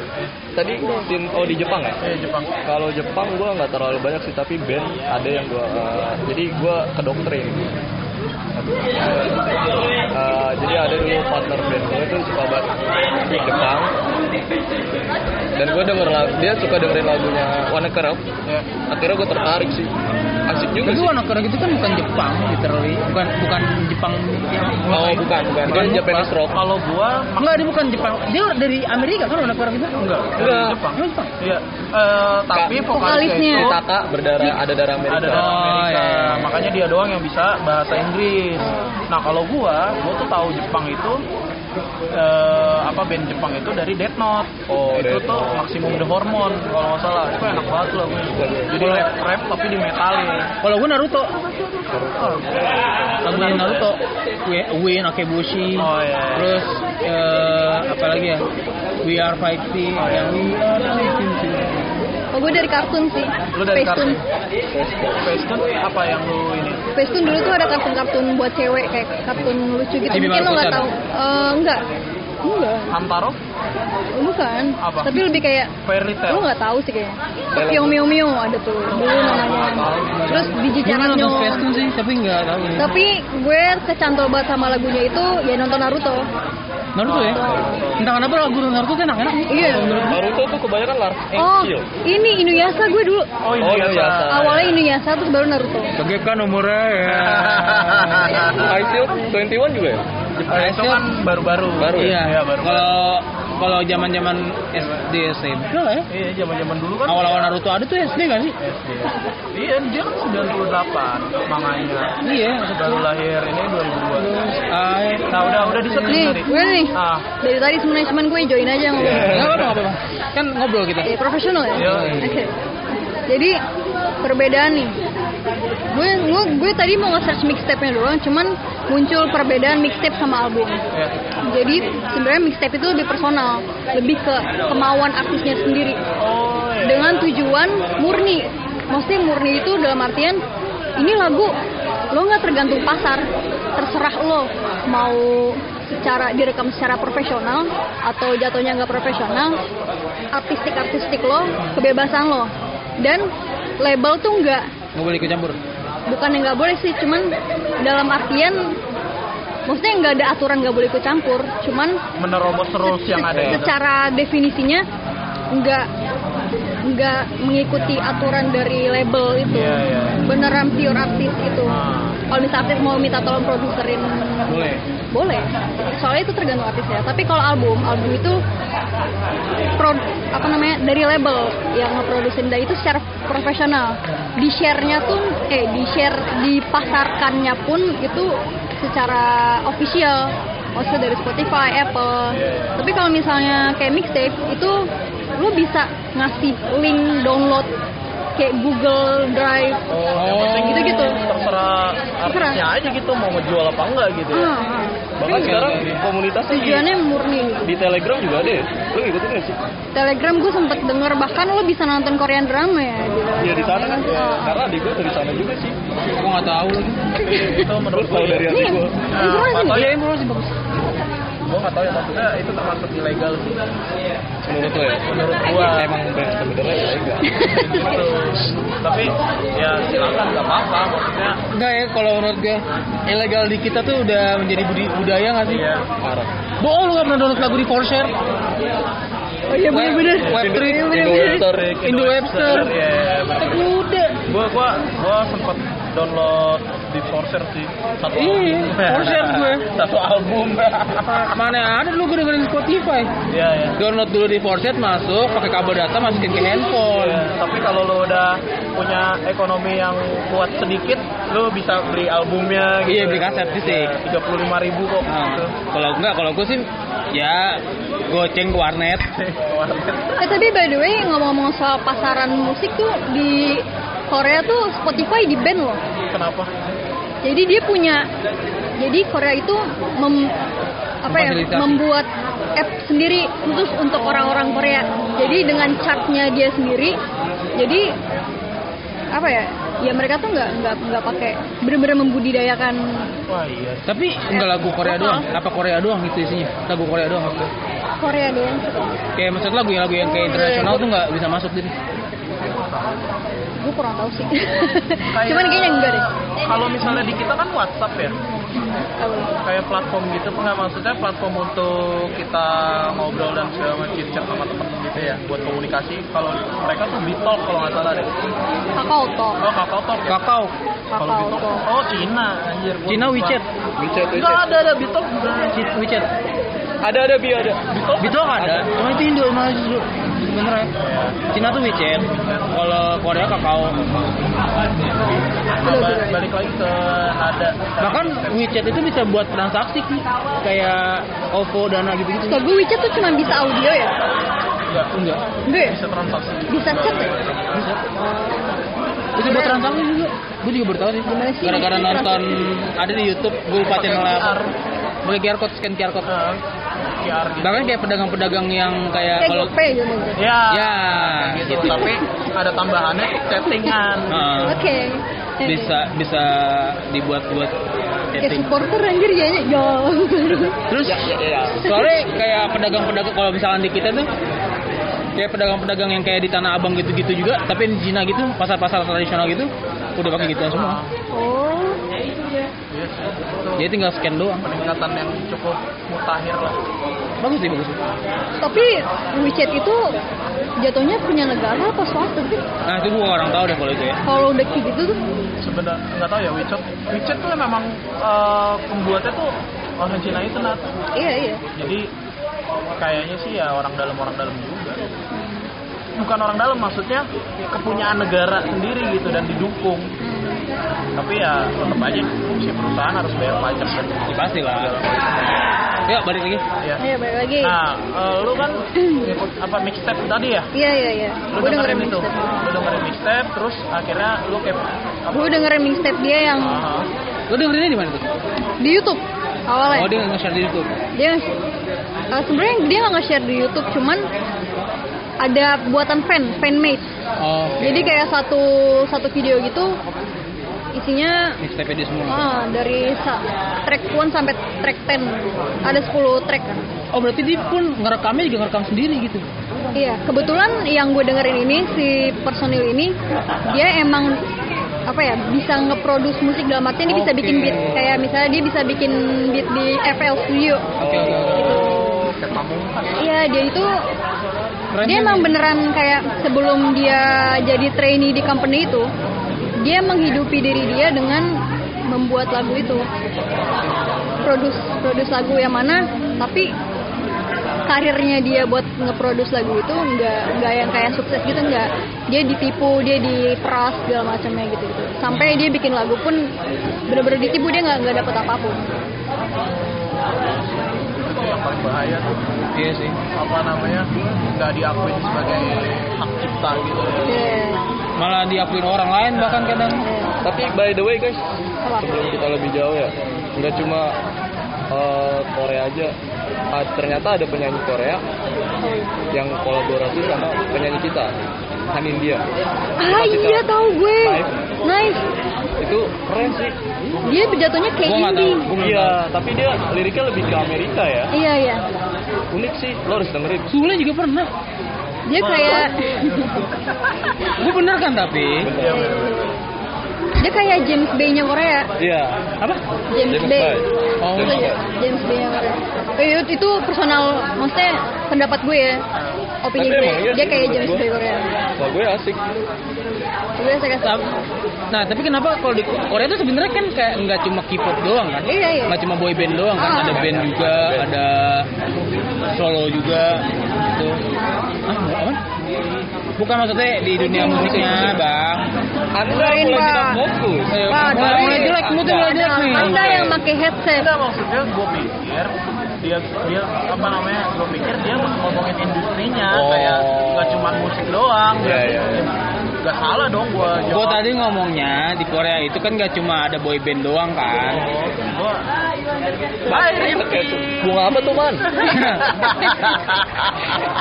S3: tadi tim oh di Jepang ya?
S1: eh Jepang
S3: Kalau Jepang gue nggak terlalu banyak sih, tapi band ada yang gue. jadi gue ke doktrin. Eh, jadi ada dulu partner band gue itu suka banget musik Jepang. Dan gue denger lagu, dia suka dengerin lagunya Wanna Kerap.
S1: ya
S3: Akhirnya gue tertarik sih. Asik juga
S2: Tapi
S3: sih.
S2: Wano Kura gitu kan bukan Jepang, literally. Bukan bukan Jepang.
S3: Oh bukan, bukan. Dia
S1: Bukan Oh.
S3: Japanese rock.
S1: kalau gua
S2: Enggak, dia bukan Jepang. Dia dari Amerika kan Wano Kura gitu.
S1: Enggak,
S3: Enggak.
S1: dari Jepang.
S2: Emang Jepang.
S1: Iya, eh, tapi
S3: Kak,
S1: vokalisnya
S4: vokalisnya.
S1: itu
S3: Taka berdarah, ada darah Amerika.
S1: ada dari
S2: Oh,
S1: Amerika,
S2: iya, iya.
S1: makanya dia doang yang bisa bahasa Inggris. Nah kalau gua, gua tuh tahu Jepang itu eh, apa band Jepang itu dari Death Note.
S3: Oh,
S1: itu
S3: Death
S1: tuh
S3: Note.
S1: maksimum the hormone kalau nggak salah. Itu enak banget loh. Jadi
S2: Kalau-
S1: rap, rap tapi di metal ya.
S2: Kalau gue Naruto,
S1: Oh,
S2: lagunya Naruto, We- Win, Akebushi,
S1: Oh, iya.
S2: terus eh, apa lagi ya? We are fighting,
S1: Oh, iya.
S2: yang we are fighting.
S4: Oh, gue dari kartun sih
S1: Lu dari
S4: Facetune.
S1: kartun. Facetune apa yang lu ini?
S4: Facetune dulu tuh ada kartun-kartun buat cewek kayak kartun lucu gitu.
S2: Happy
S4: Mungkin lo nggak
S2: Marukutan.
S4: tahu. Eh, enggak. Enggak.
S1: Hamtaro?
S4: Bukan.
S1: Apa?
S4: Tapi lebih kayak
S1: Fairy Tail?
S4: lo nggak tahu sih kayaknya. Pio Mio Mio ada tuh dulu namanya. Terus biji
S2: Gue
S4: caranya.
S2: nonton Facetune sih, tapi nggak tahu. ini.
S4: Tapi gue kecantol banget sama lagunya itu ya nonton Naruto.
S2: Naruto ya? Entah kenapa lagu Naruto tuh enak-enak.
S4: Iya.
S3: Naruto tuh kebanyakan Lars
S4: Oh,
S3: Engkill.
S4: ini Inuyasha gue dulu.
S1: Oh, ini
S3: Oh,
S1: biasa. Iya.
S3: biasa.
S4: Awalnya Inuyasha terus baru Naruto.
S3: Iya,
S2: Bagaikan umurnya ya.
S4: iya.
S3: Ice Shield 21 juga ya?
S1: Jepang itu kan baru-baru.
S3: Baru ya?
S2: Iya,
S1: Iya, baru.
S2: kalau kalau zaman zaman SD SMP lah ya
S1: Iya, zaman-zaman dulu kan
S2: awal awal Naruto ada tuh SD gak sih
S1: SD. Iya, dia kan 98 manganya.
S2: iya
S1: Baru lahir ini 2002. Nah, udah udah di set
S4: Nih, gue nih.
S1: Ah,
S4: Dari tadi sebenarnya cuman gue join aja yang ngomong.
S2: Gak apa-apa, nggak apa-apa. Kan ngobrol kita.
S4: Ya, profesional ya.
S1: Iya.
S4: Oke. Jadi perbedaan nih. Gue gue, gue tadi mau nge-search mixtape-nya doang, cuman muncul perbedaan mixtape sama album.
S1: ya.
S4: Jadi sebenarnya mixtape itu lebih personal, lebih ke kemauan artisnya sendiri
S1: Oh, iya.
S4: dengan tujuan murni. Maksudnya murni itu dalam artian ini lagu lo nggak tergantung pasar, terserah lo mau secara direkam secara profesional atau jatuhnya nggak profesional, artistik artistik lo, kebebasan lo dan label tuh nggak
S2: Nggak boleh ikut campur.
S4: bukan yang nggak boleh sih cuman dalam artian maksudnya nggak ada aturan nggak boleh ikut campur cuman
S1: menerobos rules yang ada ya? itu.
S4: secara definisinya nggak nggak mengikuti aturan dari label itu
S1: Iya, iya.
S4: beneran pure artis gitu. itu
S1: Ah.
S4: kalau misalnya artis mau minta tolong produserin
S1: Boleh.
S4: boleh soalnya itu tergantung artisnya tapi kalau album album itu pro, apa namanya dari label yang ngeproduksi dan itu secara profesional di share-nya tuh eh di share dipasarkannya pun itu secara official maksudnya dari Spotify, Apple. Tapi kalau misalnya kayak mixtape itu lu bisa ngasih link download kayak Google Drive
S1: Oh, yang penting
S4: gitu-gitu.
S1: terserah artisnya aja gitu mau ngejual apa enggak gitu ya.
S4: Ah, ah.
S3: Bahkan sekarang komunitasnya di,
S4: tujuannya murni. gitu.
S3: di Telegram juga ada ya? Lu ngikutin nggak sih?
S4: Telegram gue sempet denger bahkan lo bisa nonton Korean drama ya di Telegram.
S3: Ya di sana kan?
S4: Ah, ah.
S3: Karena adik gue dari sana juga sih.
S2: Oh, Gua nggak tahu lagi.
S1: Itu menurut ya.
S3: Terus tahu dari adik
S4: Nih,
S3: gue.
S4: informasi nih.
S1: Iya, informasi bagus. Gua nggak tahu ya maksudnya itu termasuk ilegal sih. Gitu.
S3: Menurut lo ya?
S4: Nah,
S1: Menurut gua
S3: Emang sebenarnya ya enggak.
S1: gitu. Tapi ya silakan nggak apa-apa maksudnya.
S2: Enggak ya, kalau menurut gue ilegal di kita tuh udah menjadi budi- budaya nggak sih?
S1: Iya.
S3: Parah.
S2: Bohong lu nggak pernah download lagu di 4share,
S4: Oh iya bener-bener.
S2: Webtrick,
S3: Webster.
S2: Indo Webster.
S1: Iya, iya, iya.
S2: Udah.
S1: gua gua gua sempet download di Forcer sih satu
S2: Iya,
S1: album.
S2: Forcer gue.
S1: satu album
S2: Mana ada lu gue dengerin Spotify.
S1: iya ya
S2: Download dulu di 4share masuk, pakai kabel data masukin ke handphone.
S1: Iya, tapi kalau lo udah punya ekonomi yang kuat sedikit lo bisa beli albumnya gitu.
S2: Iya, beli kaset fisik.
S1: tiga puluh lima ribu kok
S2: Nah,
S1: gitu.
S2: kalau enggak, kalau gue sih ya goceng ke warnet.
S4: Eh tapi by the way ngomong-ngomong soal pasaran musik tuh di Korea tuh Spotify di ban loh.
S1: kenapa
S4: Jadi dia punya jadi Korea itu mem, apa ya
S2: Memfasilitasi.
S4: membuat app sendiri khusus untuk orang-orang Korea. Jadi dengan chartnya dia sendiri. Jadi apa ya? Ya mereka tuh nggak nggak nggak pakai bener-bener membudidayakan
S1: wah iya
S2: Tapi enggak lagu Korea doang, apa Korea doang itu isinya? Lagu Korea doang maksudnya.
S4: Korea doang.
S2: Kayak maksud lagu yang lagu yang kayak
S4: Iya.
S2: internasional tuh nggak bisa masuk jadi.
S4: Gue kurang tahu sih. Cuman kayaknya enggak deh.
S1: kalau misalnya di kita kan WhatsApp ya
S4: Tahu.
S1: kayak platform gitu nggak maksudnya platform untuk kita ngobrol dan segala macam chit-chat sama temen gitu ya buat komunikasi kalau mereka tuh Bitalk kalau nggak salah deh
S4: Kakao Talk.
S1: oh kakao talk ya?
S2: Kakao,
S1: kalau
S4: Kakao
S2: gitu.
S1: Bitalk
S4: Talk.
S1: oh Cina anjir gua
S2: Cina
S1: lupa.
S2: WeChat,
S3: Wechat,
S1: nggak
S3: wechat.
S1: ada ada Bitalk nggak ada.
S2: Ci- WeChat.
S3: Ada ada bi ada.
S1: Bitalk
S2: Bitok ada, cuma itu Indo Indonesia dulu. Bener ya? Cina tuh WeChat, kalau Korea Kakao.
S1: Nah, ba- balik lagi ke ada
S2: Bahkan WeChat itu bisa buat transaksi sih, kayak OVO, Dana gitu-gitu.
S4: Kalau gue WeChat tuh cuma bisa audio ya?
S1: nggak
S2: Enggak,
S4: Enggak ya?
S1: bisa transaksi
S4: Bisa chat ya?
S2: Eh, bisa. Bisa buat transaksi juga. Gue juga baru tahu sih.
S4: Gimana sih?
S2: Gara-gara nonton ada di YouTube, gue lupa
S1: Pakai
S2: channel apa.
S1: QR.
S2: Boleh QR code, scan QR code.
S1: Nah, QR gitu
S2: Bahkan kayak pedagang-pedagang yang kayak
S4: Kayak
S2: kalau
S4: GoPay gitu.
S1: ya,
S2: Ya,
S1: gitu. Ah.
S2: gitu.
S1: tapi ada tambahannya chattingan
S2: Heeh.
S4: Oke. Eh,
S2: bisa bisa dibuat buat
S4: Ya
S2: chatting.
S4: supporter anjir ya. Ya.
S2: Terus soalnya kayak pedagang-pedagang kalau misalnya di kita tuh kayak pedagang-pedagang yang kayak di Tanah Abang gitu-gitu juga, tapi di Cina gitu, pasar-pasar tradisional gitu udah pakai gituan semua.
S4: oh.
S1: Iya sih, Nah, itu
S2: Jadi tinggal scan doang.
S1: peningkatan yang cukup mutakhir lah
S2: Bagus sih, bagus. sih.
S4: Tapi WeChat itu jatuhnya punya negara apa swasta sih?
S2: Nah, itu gua orang tahu deh kalau itu ya.
S4: Kalau udah kayak gitu tuh
S1: sebenarnya nggak tahu ya WeChat WeChat tuh memang eh, pembuatnya tuh orang Cina itu nat
S4: iya iya.
S1: jadi kayaknya sih ya orang dalam orang dalam juga bukan orang dalam maksudnya kepunyaan negara sendiri gitu dan didukung
S4: Hmm.
S1: tapi ya tetap aja si perusahaan harus bayar pajak dan
S2: Ya, pasti lah. Yuk balik lagi.
S1: ya
S4: Ayo balik lagi.
S1: nah eh, lu kan ikut apa mixtape tadi ya
S4: Iya iya iya.
S1: lu
S4: Gue dengerin
S1: dengerin itu
S4: mixtape.
S1: lu dengerin mixtape terus akhirnya lu kayak apa
S4: Gue dengerin mixtape dia yang
S1: Ah,
S2: Lu dengerinnya di mana tuh?
S4: di YouTube awalnya.
S2: Oh, dia nge-share di YouTube.
S4: dia eh, sebenarnya dia nggak nge-share di YouTube cuman ada buatan fan fanmade
S2: Oh, oke.
S1: Iya.
S4: jadi kayak satu satu video gitu isinya
S2: mixtape dia semua.
S4: ah, dari sa- track 1 sampai track 10 ada 10 track kan
S2: Oh, berarti dia pun ngerekamnya juga ngerekam sendiri gitu.
S4: iya kebetulan yang gue dengerin ini si personil ini dia emang apa ya bisa ngeproduce musik dalam artian dia bisa
S2: Oke.
S4: bikin beat kayak misalnya dia bisa bikin beat di FL Studio
S2: Oke, oke, oke.
S1: kayak pamungkas
S4: iya dia itu
S2: Keren
S4: dia
S2: juga
S4: emang
S2: nih.
S4: beneran kayak sebelum dia jadi trainee di company itu dia menghidupi diri dia dengan membuat lagu itu produce produce lagu yang mana tapi karirnya dia buat ngeproduce lagu itu nggak nggak yang kayak sukses gitu nggak dia ditipu dia diperas segala macamnya gitu gitu sampai dia bikin lagu pun bener-bener ditipu dia nggak nggak dapet apapun
S1: itu yang paling bahaya tuh
S2: Iya sih.
S1: apa namanya nggak diakuin sebagai hak cipta gitu
S4: Iya,
S2: Malah diakuin orang lain bahkan kadang.
S4: iya.
S3: Tapi by the way guys,
S4: Apa?
S3: sebelum kita lebih jauh ya, nggak cuma eh, Korea aja. Ah, ternyata ada penyanyi Korea yang kolaborasi sama penyanyi kita, Han India.
S4: ah iya tahu gue nice
S3: Itu keren sih.
S4: dia jatuhnya kayak
S2: Gua nggak
S4: indie
S2: tahu. Gua belum
S3: Iya, tapi dia liriknya lebih ke Amerika ya.
S4: Iya iya.
S3: Unik sih, lo harus dengerin.
S2: Sule juga pernah.
S4: Dia kayak
S2: Gue bener kan tapi.
S3: Bener.
S4: dia kayak James Bay-nya Korea.
S3: Iya.
S2: Apa?
S4: James,
S3: James
S4: Bay. iya.
S3: Bay.
S2: Oh.
S4: Itu aja, James Bay-nya Korea. Eh, itu- itu personal maksudnya pendapat gue ya. Opini
S3: Tapi
S4: gue.
S3: emang iya
S4: dia
S3: sih,
S4: kayak
S3: menurut
S4: James
S3: gue.
S4: Bay Korea.
S3: Kalau gue asik.
S4: Gue saya kasih.
S2: Ta- Nah, tapi kenapa kalau di Korea itu sebenarnya kan kayak nggak cuma K-pop doang kan?
S4: Iya iya.
S2: Nggak cuma boy band doang kan?
S4: Ah.
S2: Ada band juga, ada solo juga. Gitu. Ah, apa? Bukan maksudnya di dunia musiknya, Bang.
S3: Anda
S4: Dengerin,
S3: mulai tidak
S4: Pak.
S3: fokus.
S2: Eh,
S4: Wah,
S2: mulai,
S4: dengerin.
S2: mulai jelek, moodnya mulai jelek nih.
S4: Anda iya. yang pakai headset.
S1: Enggak maksudnya gue pikir dia dia apa namanya gue pikir dia ngomongin industrinya
S3: Oh.
S1: kayak nggak cuma musik doang gitu.
S3: Iya, iya.
S1: nggak salah dong gue
S2: Gue tadi ngomongnya di Korea itu kan nggak cuma ada boy band doang kan?
S1: gue
S3: Bye, Rifki. Bunga apa tuh, Man?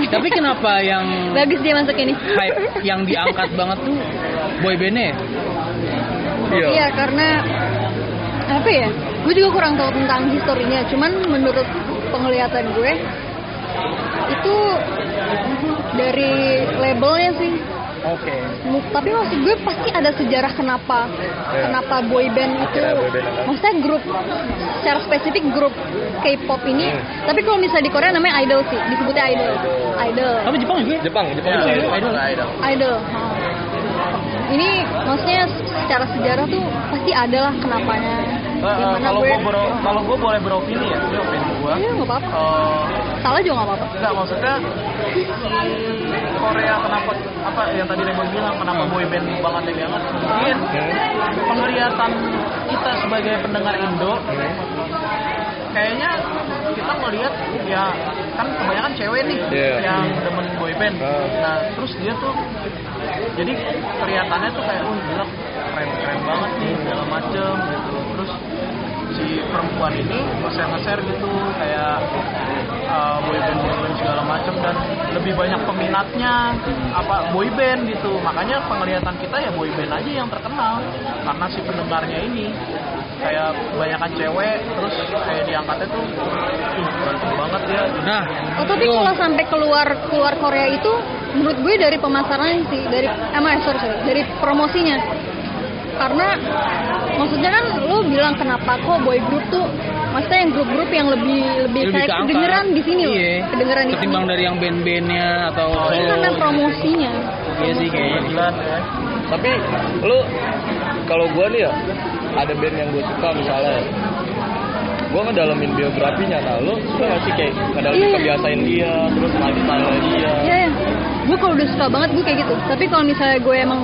S2: tapi kenapa yang
S4: Bagus dia masuk ini.
S2: hype yang diangkat banget tuh boy bandnya? ya?
S4: Iya karena apa ya? Gue juga kurang tahu tentang historinya. Cuman menurut penglihatan gue itu dari labelnya sih.
S2: Oke.
S4: Mu- Tapi maksud gue pasti ada sejarah kenapa
S3: Iya.
S4: kenapa boy band itu.
S3: Akhirnya boy band apa?
S4: Maksudnya grup secara spesifik grup K-pop ini.
S3: Hmm.
S4: Tapi kalau misalnya di Korea namanya idol sih, disebutnya idol. Idol.
S2: Tapi Jepang juga? ya?
S3: Jepang, Iya, Jepang.
S1: Idol,
S3: juga.
S1: idol, idol.
S4: Idol. ha. Ini maksudnya secara sejarah tuh pasti ada lah kenapanya.
S1: Eh, eh,
S4: Gimana
S1: kalau
S4: gue-
S1: gue kalau gue boleh beropini ya ini opini gue
S4: Iya nggak apa-apa. Salah juga nggak apa-apa.
S1: Enggak maksudnya hmm, Korea kenapa apa yang tadi Raymond bilang kenapa boy band banget yang Iya. banget mungkin penglihatan kita sebagai pendengar Indo kayaknya kita melihat ya kan kebanyakan cewek nih
S3: Iya.
S1: yang demen boy band
S3: Ah.
S1: nah terus dia tuh jadi kelihatannya tuh kayak oh gila keren keren banget nih segala macem gitu terus si perempuan ini nge-share nge-share gitu kayak uh, boyband boyband segala macem dan lebih banyak peminatnya apa boyband gitu makanya penglihatan kita ya boyband aja yang terkenal karena si pendengarnya ini kayak kebanyakan cewek terus kayak diangkatnya tuh "Ih, ganteng banget ya
S2: Nah,
S4: Oh, tapi
S2: tuh.
S4: kalau sampai keluar keluar Korea itu, menurut gue dari pemasaran sih, dari emang sorry, sorry, dari promosinya. Karena maksudnya kan lo bilang kenapa kok boy group tuh maksudnya yang grup-grup yang lebih lebih,
S2: Lebih
S4: kayak
S2: keangkat.
S4: kedengeran di sini loh,
S2: Iya.
S4: kedengeran di sini.
S2: Ketimbang dari yang band-bandnya atau
S4: Tapi karena
S1: Oh.
S4: promosinya.
S2: Iya sih kayaknya.
S1: gila ya
S3: Tapi lu kalau gua nih ya ada band yang gue suka misalnya gue ngedalamin biografinya nah lo suka gak sih kayak ngedalamin
S4: Iya.
S3: kebiasaan dia terus lifestyle dia
S4: Iya, ya. gue kalau udah suka banget gue kayak gitu. Tapi kalau misalnya gue emang,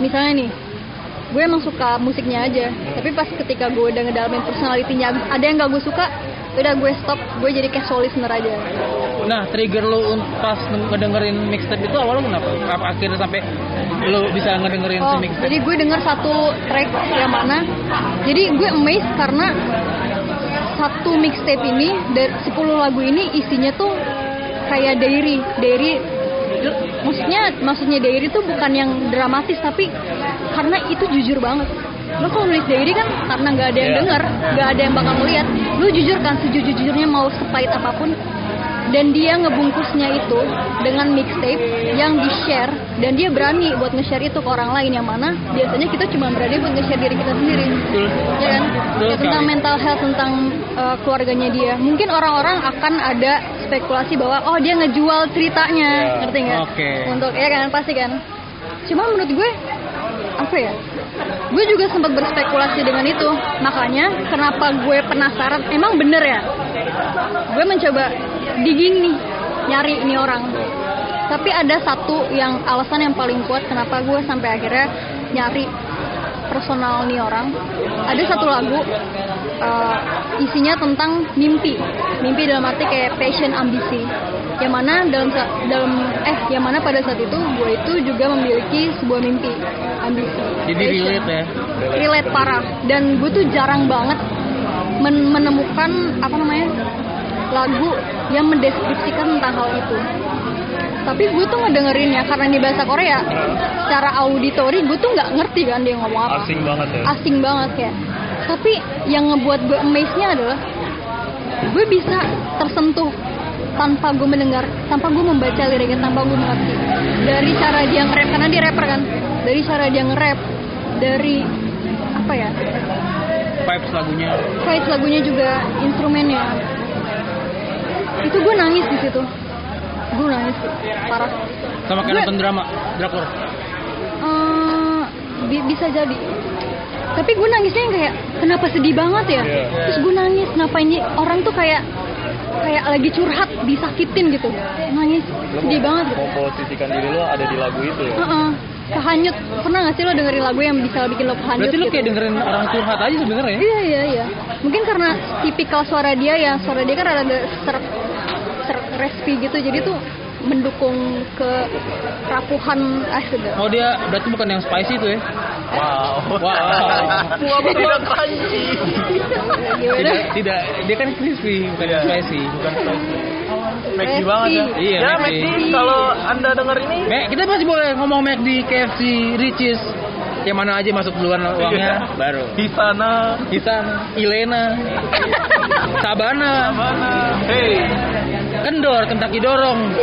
S4: misalnya nih, gue emang suka musiknya aja. Tapi pas ketika gue udah ngedalamin personalitinya, ada yang gak gue suka, udah gue stop, gue jadi kayak soul listener aja.
S2: Nah, trigger lu un- pas ngedengerin mixtape itu awalnya kenapa? Apa akhirnya sampai lu bisa ngedengerin si
S4: Oh,
S2: mixtape?
S4: jadi gue denger satu track yang mana, jadi gue amazed karena satu mixtape ini dari 10 lagu ini isinya tuh kayak diary, diary maksudnya maksudnya diary tuh bukan yang dramatis tapi karena itu jujur banget. Lo kalau nulis diary kan karena nggak ada yang
S3: Iya.
S4: denger, nggak ada yang bakal ngeliat. Lo jujur kan sejujur-jujurnya mau sepahit apapun dan dia ngebungkusnya itu dengan mixtape yang di share dan dia berani buat nge-share itu ke orang lain yang mana biasanya kita cuma berani buat nge-share diri kita sendiri
S2: Betul.
S4: ya kan?
S2: Betul
S4: Ya, tentang
S2: sekali.
S4: mental health tentang uh, keluarganya dia. Mungkin orang-orang akan ada spekulasi bahwa oh dia ngejual ceritanya,
S3: Ya,
S4: ngerti nggak?
S2: Iya. oke.
S4: Untuk ya kan pasti kan. Cuma menurut gue apa ya? Gue juga sempat berspekulasi dengan itu. Makanya kenapa gue penasaran? Emang bener ya? Gue mencoba digging nih, nyari ini orang. Tapi ada satu yang alasan yang paling kuat kenapa gue sampai akhirnya nyari personal nih orang ada satu lagu eh, isinya tentang mimpi mimpi dalam arti kayak passion ambisi yang mana dalam sa- dalam eh yang mana pada saat itu gue itu juga memiliki sebuah mimpi ambisi
S2: Jadi
S4: passion
S2: relate ya.
S4: relate parah dan gue tuh jarang banget men- menemukan apa namanya lagu yang mendeskripsikan tentang hal itu tapi gue tuh ngedengerinnya karena ini bahasa Korea secara auditori gue tuh nggak ngerti kan dia ngomong apa
S3: asing banget ya
S4: asing banget ya tapi yang ngebuat gue amaze-nya adalah gue bisa tersentuh tanpa gue mendengar tanpa gue membaca liriknya tanpa gue mengerti dari cara dia nge-rap karena dia rapper kan dari cara dia nge-rap dari apa ya
S2: Vibes lagunya.
S4: vibes lagunya juga instrumennya itu gue nangis di situ gue nangis parah
S2: Sama
S4: Gue-
S2: kayak nonton drama, drakor.
S4: Eh, bi- bisa jadi tapi gue nangisnya yang kayak kenapa sedih banget ya
S3: Iya.
S4: terus gue nangis kenapa ini orang tuh kayak kayak lagi curhat disakitin gitu nangis
S3: Lo
S4: sedih
S3: mau-
S4: banget gitu
S3: mau posisikan diri lo ada di lagu itu ya
S4: Heeh. kehanyut pernah gak sih lo dengerin lagu yang bisa bikin lo kehanyut
S2: Berarti lu
S4: gitu?
S2: kayak dengerin orang curhat aja sebenarnya ya?
S4: iya iya iya mungkin karena tipikal suara dia ya suara dia kan ada serp serp respi gitu jadi tuh mendukung ke rapuhan ah sudah
S2: Oh dia berarti bukan yang spicy itu ya?
S1: Wow.
S2: Wow.
S1: Tidak crunchy.
S4: gimana
S2: Tidak, tidak. Dia kan crispy, bukan
S3: Iya.
S2: yang spicy.
S1: Bukan spicy. Mekdi banget ya.
S2: Iya,
S1: ya
S2: McD.
S1: Mekdi. Kalau anda denger ini,
S2: Mek, kita masih boleh ngomong Mek di KFC, Ricis, yang mana aja masuk duluan uangnya,
S1: Iya.
S2: baru.
S1: di sana
S2: Hitam, Ilena, Sabana,
S1: mana? Hey,
S2: Kendor, Kentucky Dorong,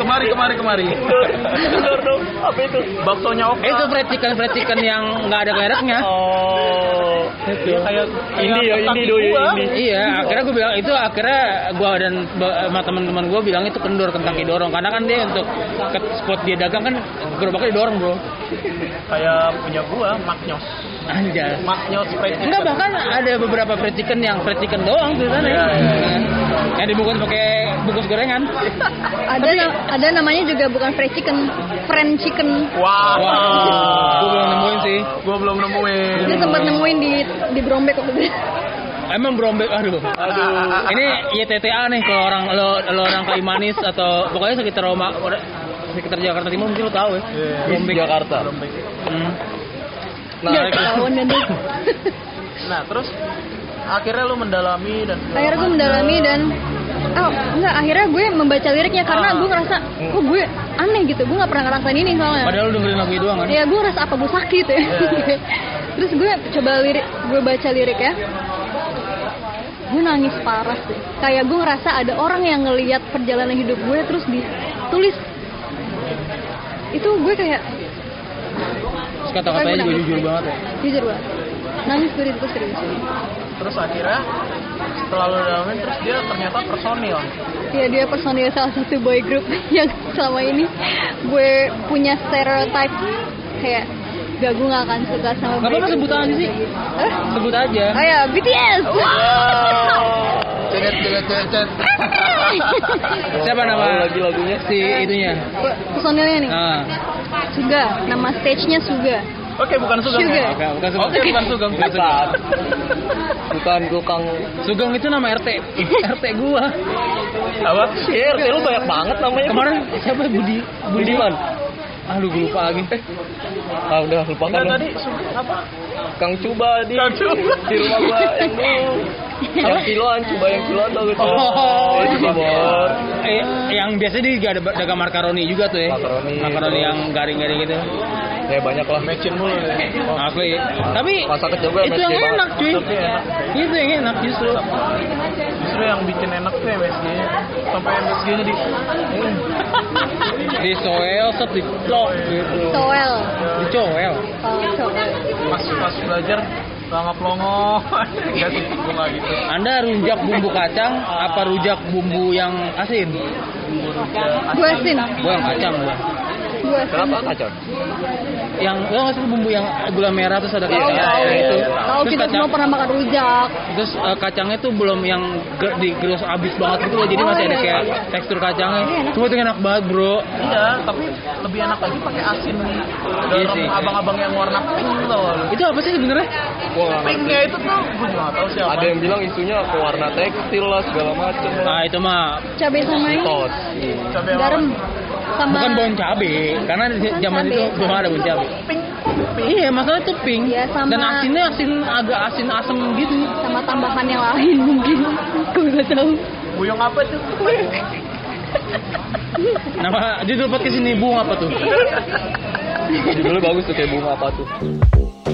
S1: kemari kemari kemari.
S3: Bener dong apa itu
S1: Baksonya oke.
S2: Eh, itu fried chicken fried chicken yang nggak ada mereknya.
S3: oh
S1: Dia kayak
S3: ini ya ini do ya ini
S2: Iya, akhirnya gue bilang itu akhirnya gue dan be- sama teman-teman gue bilang itu kendor kentaki dorong karena kan dia untuk ke spot dia dagang kan gerobaknya didorong bro.
S1: Kayak punya gua, maknyos.
S2: Anjas.
S1: Maknyos fried chicken.
S2: Enggak bahkan ada beberapa fried chicken yang fried chicken doang tuh sana. ya.
S1: Iya, iya, iya.
S2: Yang dibungkus pakai bungkus gorengan.
S4: ada na- ada namanya juga bukan fried chicken friend chicken
S1: Wah.
S2: Wah, gua belum nemuin sih.
S1: Gua belum nemuin.
S4: gue sempat nemuin di di Brombek waktu itu
S2: Emang brombek aduh.
S1: Aduh.
S2: Ini YTTA nih kalau orang lo, lo orang Kalimanis atau pokoknya sekitar Roma sekitar Jakarta Timur mungkin lo tahu ya.
S1: Iya.
S2: Brombek.
S3: Jakarta
S2: Hmm.
S3: Nah,
S4: Nggak ketahuan dan dia-
S1: Nah, terus akhirnya lu mendalami dan segala
S4: akhirnya gue
S1: macam.
S4: mendalami dan oh enggak akhirnya gue membaca liriknya karena
S1: Ah.
S4: gue ngerasa kok gue aneh gitu gue nggak pernah ngerasain ini soalnya
S2: Padahal lu dengerin lagu itu doang kan?
S4: ya gue ngerasa apa gue sakit ya
S1: Iya.
S4: terus gue coba lirik gue baca lirik ya gue nangis parah sih kayak gue ngerasa ada orang yang ngeliat perjalanan hidup gue terus ditulis itu gue kayak
S2: Terus kata-katanya juga jujur banget ya.
S4: jujur banget nangis gue di situ serius
S1: Terus akhirnya setelah lu dalamin terus dia ternyata personil.
S4: ya dia personil salah satu boy group yang selama ini gue punya stereotype kayak gak gue gak akan suka sama
S2: Gak apa-apa,
S4: Blackpink.
S2: sebut aja sih.
S4: Hah?
S2: Sebut aja.
S4: Oh ya, BTS.
S5: Cedet, cedet, cedet, cedet.
S2: Siapa nama?
S3: Tahu lagi lagunya?
S2: Si itunya.
S4: Personilnya nih,
S2: Ah.
S4: Suga. Nama stage-nya Suga.
S1: Oke, bukan Sugeng. ya?
S4: Sugar.
S2: Bukan, bukan Sugeng.
S1: Oke, bukan Sugeng. bukan Sugeng.
S3: Bukan. Bukan tukang
S2: Sugeng itu nama RT. RT gua.
S1: Apa?
S3: Share, lu banyak banget namanya.
S2: Kemarin siapa Budi?
S3: Budiman.
S2: Aduh, gue lupa lagi.
S3: Eh. Ah udah lupakan
S1: Enggak
S3: lu.
S1: tadi Sugeng apa?
S3: Kang Cuba di
S1: Kang Cuba.
S3: di rumah gua yang dulu. Yang kiloan, Cuba yang kiloan tau gitu.
S2: Oh.
S3: Itu
S1: iya,
S3: sih, Bor.
S2: Eh, yang biasa dia juga ada dagang makaroni juga tuh ya.
S3: Makaroni,
S2: Makaroni
S3: terus-
S2: yang garing-garing gitu.
S3: Ya banyak lah.
S1: Matchin iya. mulu. ya.
S2: Asli. Tapi
S3: Masa kecil gua
S2: itu yang
S3: MSG banget.
S2: enak cuy.
S1: Tapi enak.
S2: Itu yang enak justru.
S1: Justru yang bikin enak tuh MSG-nya. Sampai MSG-nya di
S2: Di soel, set di cok gitu.
S4: Soel.
S2: Di coel.
S4: Oh, Soel.
S1: pas pas belajar nggak pelongo. Enggak sih, gua nggak gitu.
S2: Anda rujak bumbu kacang apa rujak bumbu yang asin?
S4: Gue asin.
S2: Gua yang kacang gua.
S4: Gue asin.
S3: Kenapa kacau?
S2: Yang lo nggak sih bumbu yang gula merah terus ada
S4: Tahu,
S2: kacang
S1: iya,
S4: tahu.
S1: iya,
S2: itu.
S1: iya.
S4: Tahu
S2: Terus
S4: kita
S2: kacang-
S4: semua pernah makan rujak.
S2: Terus eh, kacangnya tuh belum yang ge- digerus abis banget gitu loh, jadi
S4: Oh,
S2: masih ada
S4: iya,
S2: kayak
S4: iya.
S2: tekstur kacangnya.
S4: Iya, enak.
S2: Cuma itu enak banget bro.
S1: Iya, tapi lebih enak lagi pakai asin.
S2: Iya
S1: Dalam
S2: sih.
S1: abang-abang yang warna pink tuh.
S2: Itu apa sih sebenarnya?
S3: Gua nggak ngerti.
S1: Pinknya Iya, itu tuh gue juga nggak tahu siapa.
S3: Ada yang bilang isunya ke warna tekstil lah segala macem lah.
S1: Nah.
S2: Ah itu mah
S4: Cabai sama ini.
S3: Tos.
S1: Cabai yang
S4: Garam. Sama.
S2: bukan bon cabe, karena di
S4: Bukan
S2: zaman
S4: cabe.
S2: itu belum ada bon cabe.
S1: pink.
S2: Iya, masalah itu pink.
S4: Iya, sama-
S2: Dan asinnya asin agak asin asem gitu.
S4: sama tambahan yang lain mungkin. Gue gak tahu.
S1: Buyung apa itu?
S2: Nama judul podcast ini bunga apa tuh?
S3: Judulnya bagus tuh kayak bunga apa tuh.